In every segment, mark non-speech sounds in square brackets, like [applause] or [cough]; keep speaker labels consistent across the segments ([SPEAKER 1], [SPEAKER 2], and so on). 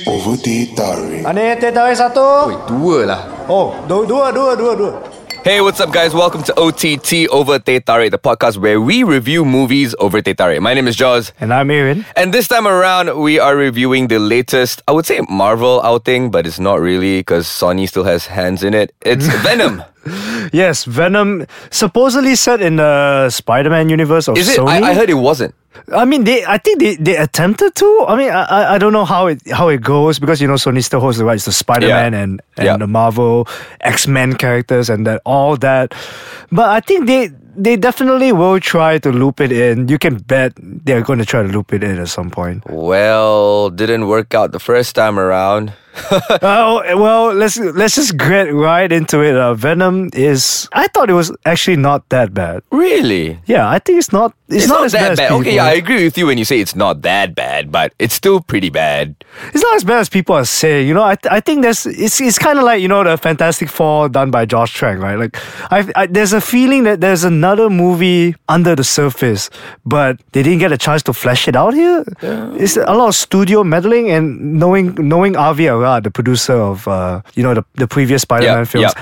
[SPEAKER 1] Adik, teh tarik satu.
[SPEAKER 2] Oi, dua lah.
[SPEAKER 1] Oh, dua, dua, dua, dua, dua.
[SPEAKER 2] Hey, what's up, guys? Welcome to OTT Over Teh Tarik, the podcast where we review movies over Teh Tarik. My name is Jaws.
[SPEAKER 1] And I'm Aaron.
[SPEAKER 2] And this time around, we are reviewing the latest, I would say Marvel outing, but it's not really because Sony still has hands in it.
[SPEAKER 1] [laughs]
[SPEAKER 2] It's Venom.
[SPEAKER 1] Yes, Venom, supposedly set in the Spider-Man universe of
[SPEAKER 2] Is it?
[SPEAKER 1] Sony.
[SPEAKER 2] I, I heard it wasn't.
[SPEAKER 1] I mean, they. I think they, they attempted to. I mean, I, I I don't know how it how it goes because you know Sony still holds the rights to Spider Man
[SPEAKER 2] Yeah.
[SPEAKER 1] and and
[SPEAKER 2] Yeah.
[SPEAKER 1] the Marvel X Men characters and that all that. But I think they they definitely will try to loop it in. You can bet they're going to try to loop it in at some point.
[SPEAKER 2] Well, didn't work out the first time around.
[SPEAKER 1] Oh well, let's let's just get right into it. Uh, Venom is. I thought it was actually not that bad.
[SPEAKER 2] Really?
[SPEAKER 1] Yeah, I think it's not. It's,
[SPEAKER 2] It's
[SPEAKER 1] not, as
[SPEAKER 2] not,
[SPEAKER 1] bad.
[SPEAKER 2] that
[SPEAKER 1] as
[SPEAKER 2] bad. Okay,
[SPEAKER 1] people-
[SPEAKER 2] yeah, I agree with you when you say it's not that bad, but it's still pretty bad.
[SPEAKER 1] It's not as bad as people are saying. You know, I, I think there's it's it's kind of like you know the Fantastic Four done by Josh Trank, right? Like, I, I there's a feeling that there's another movie under the surface, but they didn't get a chance to flesh it out here. It's a lot of studio meddling and knowing knowing Avi Arad, the producer of uh, you know the, the previous Spider-Man
[SPEAKER 2] Yeah,
[SPEAKER 1] films.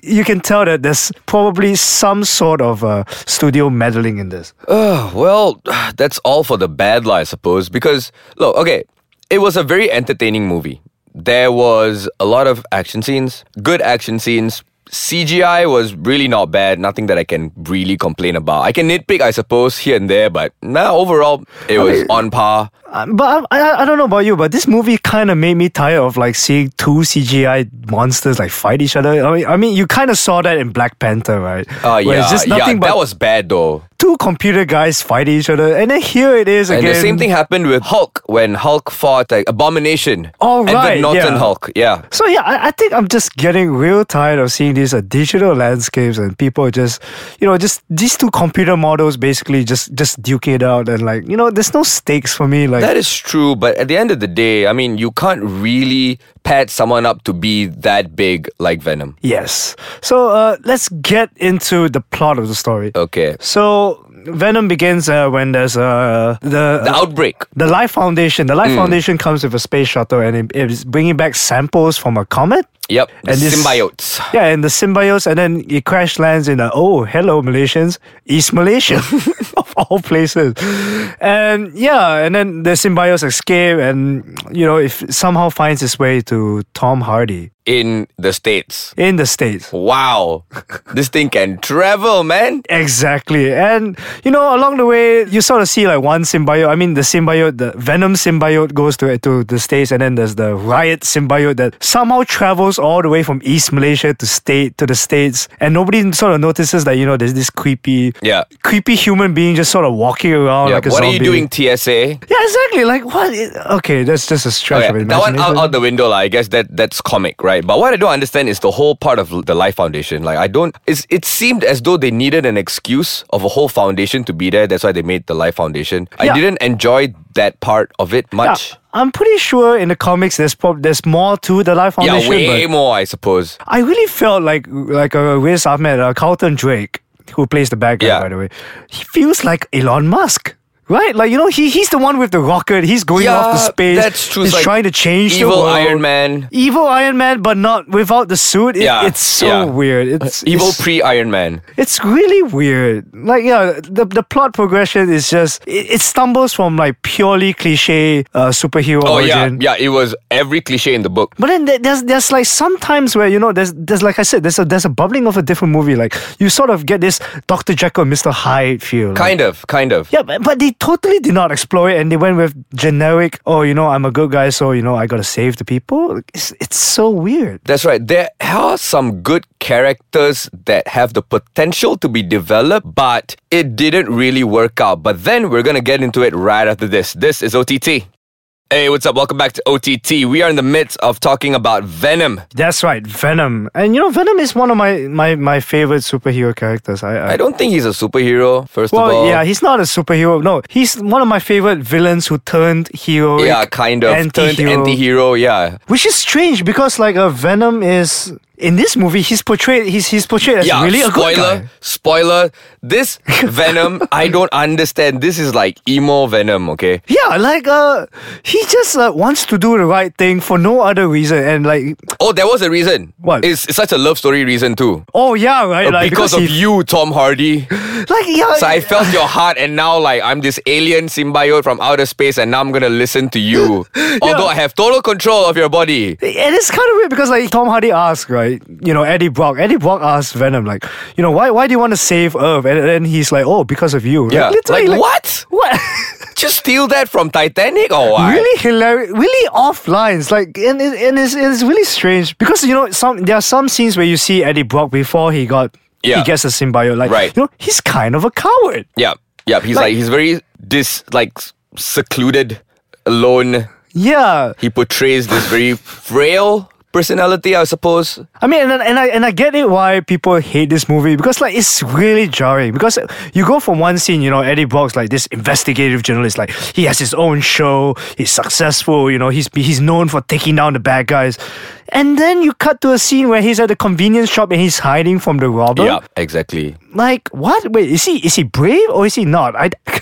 [SPEAKER 1] Yeah, you can tell that there's probably some sort of uh, studio meddling in this.
[SPEAKER 2] Uh, well, [sighs] that's all for the bad lie, I suppose. Because, look, okay, it was a very entertaining movie. There was a lot of action scenes, good action scenes. CGI was really not bad, nothing that I can really complain about. I can nitpick, I suppose, here and there, but nah, overall, it was on par.
[SPEAKER 1] Uh, but I, I, I don't know about you, but this movie kind of made me tired of like seeing two CGI monsters like fight each other. I mean, I mean, you kind of saw that in Black Panther, right?
[SPEAKER 2] Uh,
[SPEAKER 1] Where
[SPEAKER 2] yeah,
[SPEAKER 1] it's just
[SPEAKER 2] yeah,
[SPEAKER 1] nothing but
[SPEAKER 2] that was bad though.
[SPEAKER 1] two computer guys fighting each other, and then here it is
[SPEAKER 2] And
[SPEAKER 1] again.
[SPEAKER 2] the same thing happened with Hulk when Hulk fought like, Abomination.
[SPEAKER 1] Oh,
[SPEAKER 2] and
[SPEAKER 1] right,
[SPEAKER 2] the Norton
[SPEAKER 1] yeah.
[SPEAKER 2] Hulk. Yeah.
[SPEAKER 1] So yeah, I, I think I'm just getting real tired of seeing these uh, digital landscapes and people just, you know, just these two computer models basically just just duke it out and like, you know, there's no stakes for me. Like
[SPEAKER 2] That is true, but at the end of the day, I mean, you can't really pat someone up to be that big like Venom.
[SPEAKER 1] yes. So uh, let's get into the plot of the story.
[SPEAKER 2] Okay.
[SPEAKER 1] So Venom begins uh, when there's uh, the
[SPEAKER 2] The outbreak.
[SPEAKER 1] the Life Foundation. The Life Foundation comes with a space shuttle and it, it's bringing back samples from a comet.
[SPEAKER 2] Yep. The
[SPEAKER 1] And this-
[SPEAKER 2] symbiotes.
[SPEAKER 1] Yeah, and the symbiotes, and then it crash lands in a oh hello Malaysians, East Malaysia [laughs] of all places, and yeah, and then the symbiotes escape, and you know if somehow finds its way to Tom Hardy
[SPEAKER 2] In the States.
[SPEAKER 1] in the states. [laughs]
[SPEAKER 2] Wow. this thing can travel, man.
[SPEAKER 1] Exactly. And, you know, along the way, you sort of see like one symbiote. I mean, the symbiote, the Venom symbiote goes to, to the States, and then there's the Riot symbiote that somehow travels all the way from East Malaysia to state to the States. And nobody sort of notices that, you know, there's this creepy,
[SPEAKER 2] Yeah.
[SPEAKER 1] creepy human being just sort of walking around
[SPEAKER 2] Yeah.
[SPEAKER 1] like a
[SPEAKER 2] what are
[SPEAKER 1] zombie.
[SPEAKER 2] you doing, TSA?
[SPEAKER 1] Yeah, exactly. Like, what? is- Okay, that's just a stretch of
[SPEAKER 2] Okay, Oh, that
[SPEAKER 1] imagination.
[SPEAKER 2] one out, out the window, lah. I guess that that's comic, right? But what I don't understand is the whole part of the Life Foundation. Like I don't, it's, it seemed as though they needed an excuse of a whole foundation to be there. That's why they made the Life Foundation.
[SPEAKER 1] Yeah.
[SPEAKER 2] I didn't enjoy that part of it
[SPEAKER 1] Yeah,
[SPEAKER 2] much.
[SPEAKER 1] I'm pretty sure in the comics there's prob- there's more to the Life
[SPEAKER 2] Yeah,
[SPEAKER 1] Foundation. but-
[SPEAKER 2] way more, I suppose.
[SPEAKER 1] I really felt like like a uh, Wiz Ahmed, uh, Carlton Drake, who plays the bad guy,
[SPEAKER 2] Yeah.
[SPEAKER 1] by the way. He feels like Elon Musk. Right, like you know, he he's the one with the rocket. He's going
[SPEAKER 2] Yeah,
[SPEAKER 1] off to space.
[SPEAKER 2] that's true. It's
[SPEAKER 1] He's
[SPEAKER 2] like
[SPEAKER 1] trying to change the
[SPEAKER 2] Evil
[SPEAKER 1] world.
[SPEAKER 2] Iron Man,
[SPEAKER 1] Evil Iron Man, but not without the suit. It-
[SPEAKER 2] Yeah,
[SPEAKER 1] it's so
[SPEAKER 2] yeah.
[SPEAKER 1] weird. It's
[SPEAKER 2] evil
[SPEAKER 1] It's,
[SPEAKER 2] pre Iron Man.
[SPEAKER 1] it's really weird. Like yeah, the the plot progression is just it, it stumbles from like purely cliche uh, superhero
[SPEAKER 2] Oh
[SPEAKER 1] origin.
[SPEAKER 2] yeah, yeah. It was every cliche in the book.
[SPEAKER 1] But then there- there's there's like sometimes where you know there's there's like I said there's a there's a bubbling of a different movie like you sort of get this Doctor Jekyll Mister Hyde feel. like-
[SPEAKER 2] Kind of, kind of.
[SPEAKER 1] yeah, but, but they totally did not explore it, and they went with generic. Oh, you know, I'm a good guy, so you know, I gotta save the people. Like, It's it's so weird.
[SPEAKER 2] That's right. There are some good characters that have the potential to be developed, but it didn't really work out. But then we're going to get into it right after this. This is OTT. Hey, what's up? Welcome back to OTT. We are in the midst of talking about Venom.
[SPEAKER 1] That's right, Venom, and you know, Venom is one of my my my favorite superhero characters. I, I,
[SPEAKER 2] I don't think he's a superhero, first
[SPEAKER 1] well,
[SPEAKER 2] of all.
[SPEAKER 1] yeah, he's not a superhero. No, he's one of my favorite villains who turned hero.
[SPEAKER 2] yeah, kind of. Turned
[SPEAKER 1] anti-hero.
[SPEAKER 2] anti hero, yeah.
[SPEAKER 1] Which is strange because like a uh, Venom is in this movie, he's portrayed he's he's portrayed as really a
[SPEAKER 2] spoiler,
[SPEAKER 1] good guy.
[SPEAKER 2] spoiler.
[SPEAKER 1] [laughs]
[SPEAKER 2] This Venom, I don't understand. This is like emo Venom, okay?
[SPEAKER 1] Yeah, like uh, he just uh, wants to do the right thing for no other reason, and like,
[SPEAKER 2] Oh, there was a reason.
[SPEAKER 1] What?
[SPEAKER 2] It's, it's such a love story reason too.
[SPEAKER 1] oh yeah, right, like
[SPEAKER 2] Uh, because, of
[SPEAKER 1] he,
[SPEAKER 2] you, Tom Hardy.
[SPEAKER 1] like yeah,
[SPEAKER 2] So I felt your heart, and now like I'm this alien symbiote from outer space, and now I'm gonna listen to you, although I have total control of your body.
[SPEAKER 1] And it's kind of weird because like Tom Hardy asked, right? You know, Eddie Brock. Eddie Brock asked Venom, like, you know, why why do you want to save Earth? And then he's like, oh, because of you. Like,
[SPEAKER 2] Yeah,
[SPEAKER 1] literally,
[SPEAKER 2] like, what?
[SPEAKER 1] What? [laughs]
[SPEAKER 2] Just steal that from Titanic or what?
[SPEAKER 1] really hilarious. Really off lines. Like, and it, and it's it's really strange because you know some there are some scenes where you see Eddie Brock before he got
[SPEAKER 2] Yeah.
[SPEAKER 1] he gets a symbiote. Like,
[SPEAKER 2] Right.
[SPEAKER 1] you know, he's kind of a coward.
[SPEAKER 2] Yeah, yeah. He's like,
[SPEAKER 1] Like-
[SPEAKER 2] he's very dis like secluded, alone.
[SPEAKER 1] Yeah.
[SPEAKER 2] He portrays this very frail personality, I suppose.
[SPEAKER 1] I mean, and, and I and I get it why people hate this movie because like it's really jarring. Because you go from one scene, you know, Eddie Brock's like this investigative journalist, like he has his own show, he's successful, you know, he's he's known for taking down the bad guys, and then you cut to a scene where he's at the convenience shop and he's hiding from the robber.
[SPEAKER 2] Yeah, exactly.
[SPEAKER 1] Like what? Wait, is he is he brave or is he not? I. [laughs]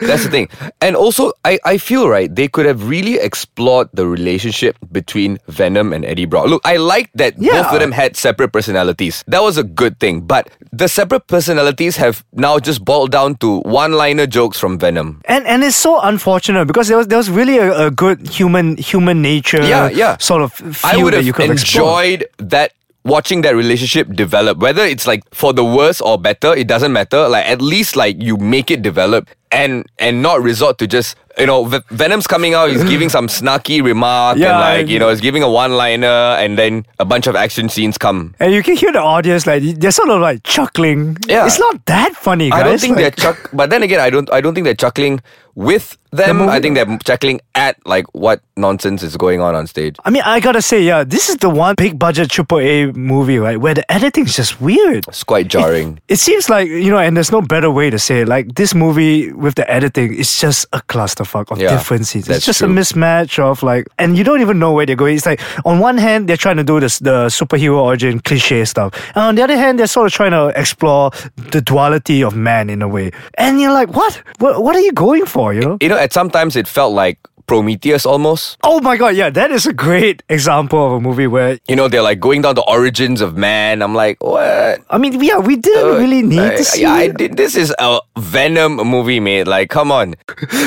[SPEAKER 2] That's the thing. And also, I, I feel right, they could have really explored the relationship between Venom and Eddie Brock. Look, I liked that both
[SPEAKER 1] Yeah.
[SPEAKER 2] of them had separate personalities. That was a good thing. But the separate personalities have now just boiled down to one liner jokes from Venom.
[SPEAKER 1] And and it's so unfortunate because there was there was really a, a good human human nature
[SPEAKER 2] Yeah, yeah.
[SPEAKER 1] sort of feel
[SPEAKER 2] I would
[SPEAKER 1] that
[SPEAKER 2] have
[SPEAKER 1] you could have explored.
[SPEAKER 2] enjoyed that. Watching that relationship develop, whether it's like for the worse or better, it doesn't matter. Like at least like you make it develop and and not resort to just you know Ve- Venom's coming out, he's giving
[SPEAKER 1] [laughs]
[SPEAKER 2] some snarky remark and
[SPEAKER 1] Yeah,
[SPEAKER 2] like you
[SPEAKER 1] and-
[SPEAKER 2] know he's giving a one liner and then a bunch of action scenes come.
[SPEAKER 1] And you can hear the audience like they're sort of like chuckling.
[SPEAKER 2] Yeah.
[SPEAKER 1] It's not that funny, guys.
[SPEAKER 2] I don't think
[SPEAKER 1] like,
[SPEAKER 2] they're chuck, but then again, I don't I don't think they're chuckling with them. I
[SPEAKER 1] movie-
[SPEAKER 2] think they're chuckling at like what nonsense is going on on stage.
[SPEAKER 1] I mean, I gotta say, yeah, this is the one big budget triple A movie, right? Where the editing's just weird.
[SPEAKER 2] It's quite
[SPEAKER 1] [laughs]
[SPEAKER 2] jarring.
[SPEAKER 1] It seems like, you know, and there's no better way to say it. Like, this movie with the editing is just a clusterfuck of
[SPEAKER 2] Yeah,
[SPEAKER 1] different scenes.
[SPEAKER 2] that's
[SPEAKER 1] It's just
[SPEAKER 2] true.
[SPEAKER 1] a mismatch of, like, and you don't even know where they're going. It's like, on one hand, they're trying to do this, the superhero origin cliche stuff. And on the other hand, they're sort of trying to explore the duality of man in a way. And you're like, what? What, what are you going for, you know?
[SPEAKER 2] you know, at sometimes it felt like Prometheus almost.
[SPEAKER 1] Oh my god, yeah, that is a great example of a movie where
[SPEAKER 2] You know, they're like going down the origins of man. I'm like, what?
[SPEAKER 1] I mean, yeah, we didn't really need
[SPEAKER 2] Like,
[SPEAKER 1] to see.
[SPEAKER 2] Uh, yeah, I
[SPEAKER 1] it.
[SPEAKER 2] did. This is a Venom movie, mate. Like, come on.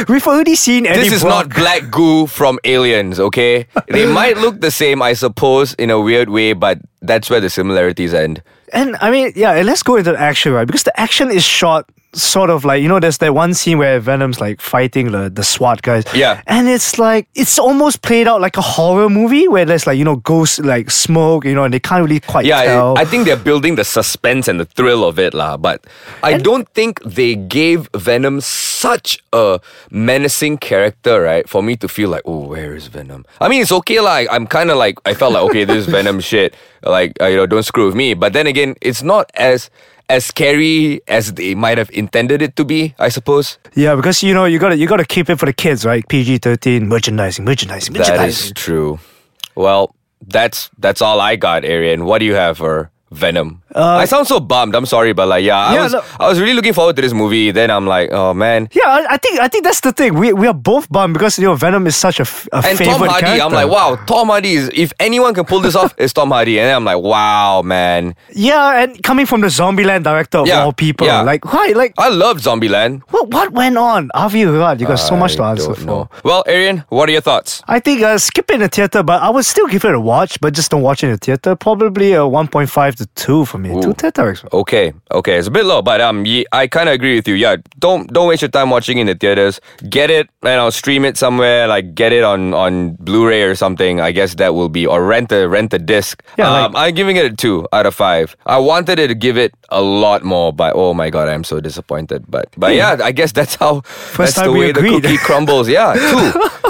[SPEAKER 1] We've already seen Eddie
[SPEAKER 2] This is
[SPEAKER 1] Brock.
[SPEAKER 2] not black goo from aliens, okay? They might look the same, I suppose, in a weird way, but that's where the similarities end.
[SPEAKER 1] And I mean, yeah, and let's go into the action, right? Because the action is shot sort of like you know, there's that one scene where Venom's like fighting the the SWAT guys.
[SPEAKER 2] Yeah.
[SPEAKER 1] And it's like it's almost played out like a horror movie where there's like you know ghosts like smoke, you know, and they can't really quite
[SPEAKER 2] Yeah,
[SPEAKER 1] tell.
[SPEAKER 2] I, I think they're building the suspense and the thrill of it, lah. But I don't think they gave Venom such a menacing character, right? For me to feel like, oh, where is Venom? I mean, it's okay, lah. I- I'm kind of like, I felt like, okay, this is Venom shit. Like, uh, you know, don't screw with me. But then again, it's not as as scary as they might have intended it to be, I suppose.
[SPEAKER 1] yeah, because you know you gotta you gotta keep it for the kids, right? PG thirteen merchandising, merchandising, merchandising.
[SPEAKER 2] That is true. Well, that's that's all I got, Arian. What do you have for Venom? I sound so bummed. I'm sorry, but like, yeah, I
[SPEAKER 1] Uh, Yeah,
[SPEAKER 2] was
[SPEAKER 1] no-
[SPEAKER 2] I was really looking forward to this movie. Then I'm like, oh man.
[SPEAKER 1] Yeah, I, I think I think that's the thing. We we are both bummed because you know Venom is such a, f- a
[SPEAKER 2] And
[SPEAKER 1] favorite
[SPEAKER 2] Tom Hardy,
[SPEAKER 1] character.
[SPEAKER 2] I'm like, wow, Tom Hardy is. If anyone can pull this off, it's Tom Hardy. And then I'm like, wow, man.
[SPEAKER 1] Yeah, and coming from the Zombieland director of
[SPEAKER 2] Yeah,
[SPEAKER 1] all people,
[SPEAKER 2] yeah.
[SPEAKER 1] like why? Like
[SPEAKER 2] I love Zombieland.
[SPEAKER 1] what? What went on? Avi Arad, you got Oh, so much to
[SPEAKER 2] I
[SPEAKER 1] answer
[SPEAKER 2] don't
[SPEAKER 1] for.
[SPEAKER 2] know. Well, Arian, what are your thoughts?
[SPEAKER 1] I think uh, skip it in the theater, but I would still give it a watch, but just don't watch it in the theater. Probably a one point five to two for me. Two theater expo.
[SPEAKER 2] Okay, okay, it's a bit low, but um, ye- I kind of agree with you. Yeah, don't don't waste your time watching in the theaters. Get it, and I'll stream it somewhere. Like get it on on Blu-ray or something. I guess that will be or rent a rent a disc.
[SPEAKER 1] Yeah, like-
[SPEAKER 2] um, I'm giving it a two out of five. I wanted to give it a lot more, but oh my god, I'm so disappointed. But but yeah, I guess that's how that's the
[SPEAKER 1] time we
[SPEAKER 2] way the
[SPEAKER 1] agreed.
[SPEAKER 2] cookie crumbles. Yeah, two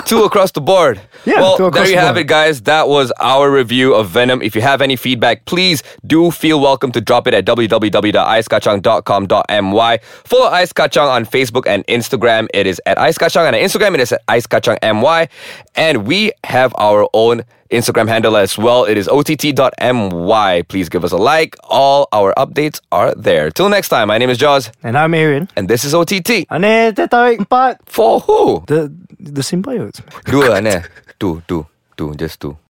[SPEAKER 2] two across the board.
[SPEAKER 1] Yeah,
[SPEAKER 2] well,
[SPEAKER 1] two
[SPEAKER 2] there
[SPEAKER 1] across
[SPEAKER 2] you
[SPEAKER 1] the
[SPEAKER 2] have
[SPEAKER 1] board.
[SPEAKER 2] it, guys. That was our review of Venom. If you have any feedback, please do feel welcome welcome to drop it at www.icekachang.com.my. Follow Ice Kachang on Facebook and Instagram. It is at Ice Kachang, and on Instagram it is at Ice Kachang MY. And we have our own Instagram handle as well. It is ott.my. Please give us a like. All our updates are there. Till next time, my name is Jaws,
[SPEAKER 1] And I'm Aaron. uh,
[SPEAKER 2] and this is OTT.
[SPEAKER 1] Ane tetarik empat.
[SPEAKER 2] For who?
[SPEAKER 1] The the symbiotes.
[SPEAKER 2] kan, eh? Dua, ne? Two, two, two, just two.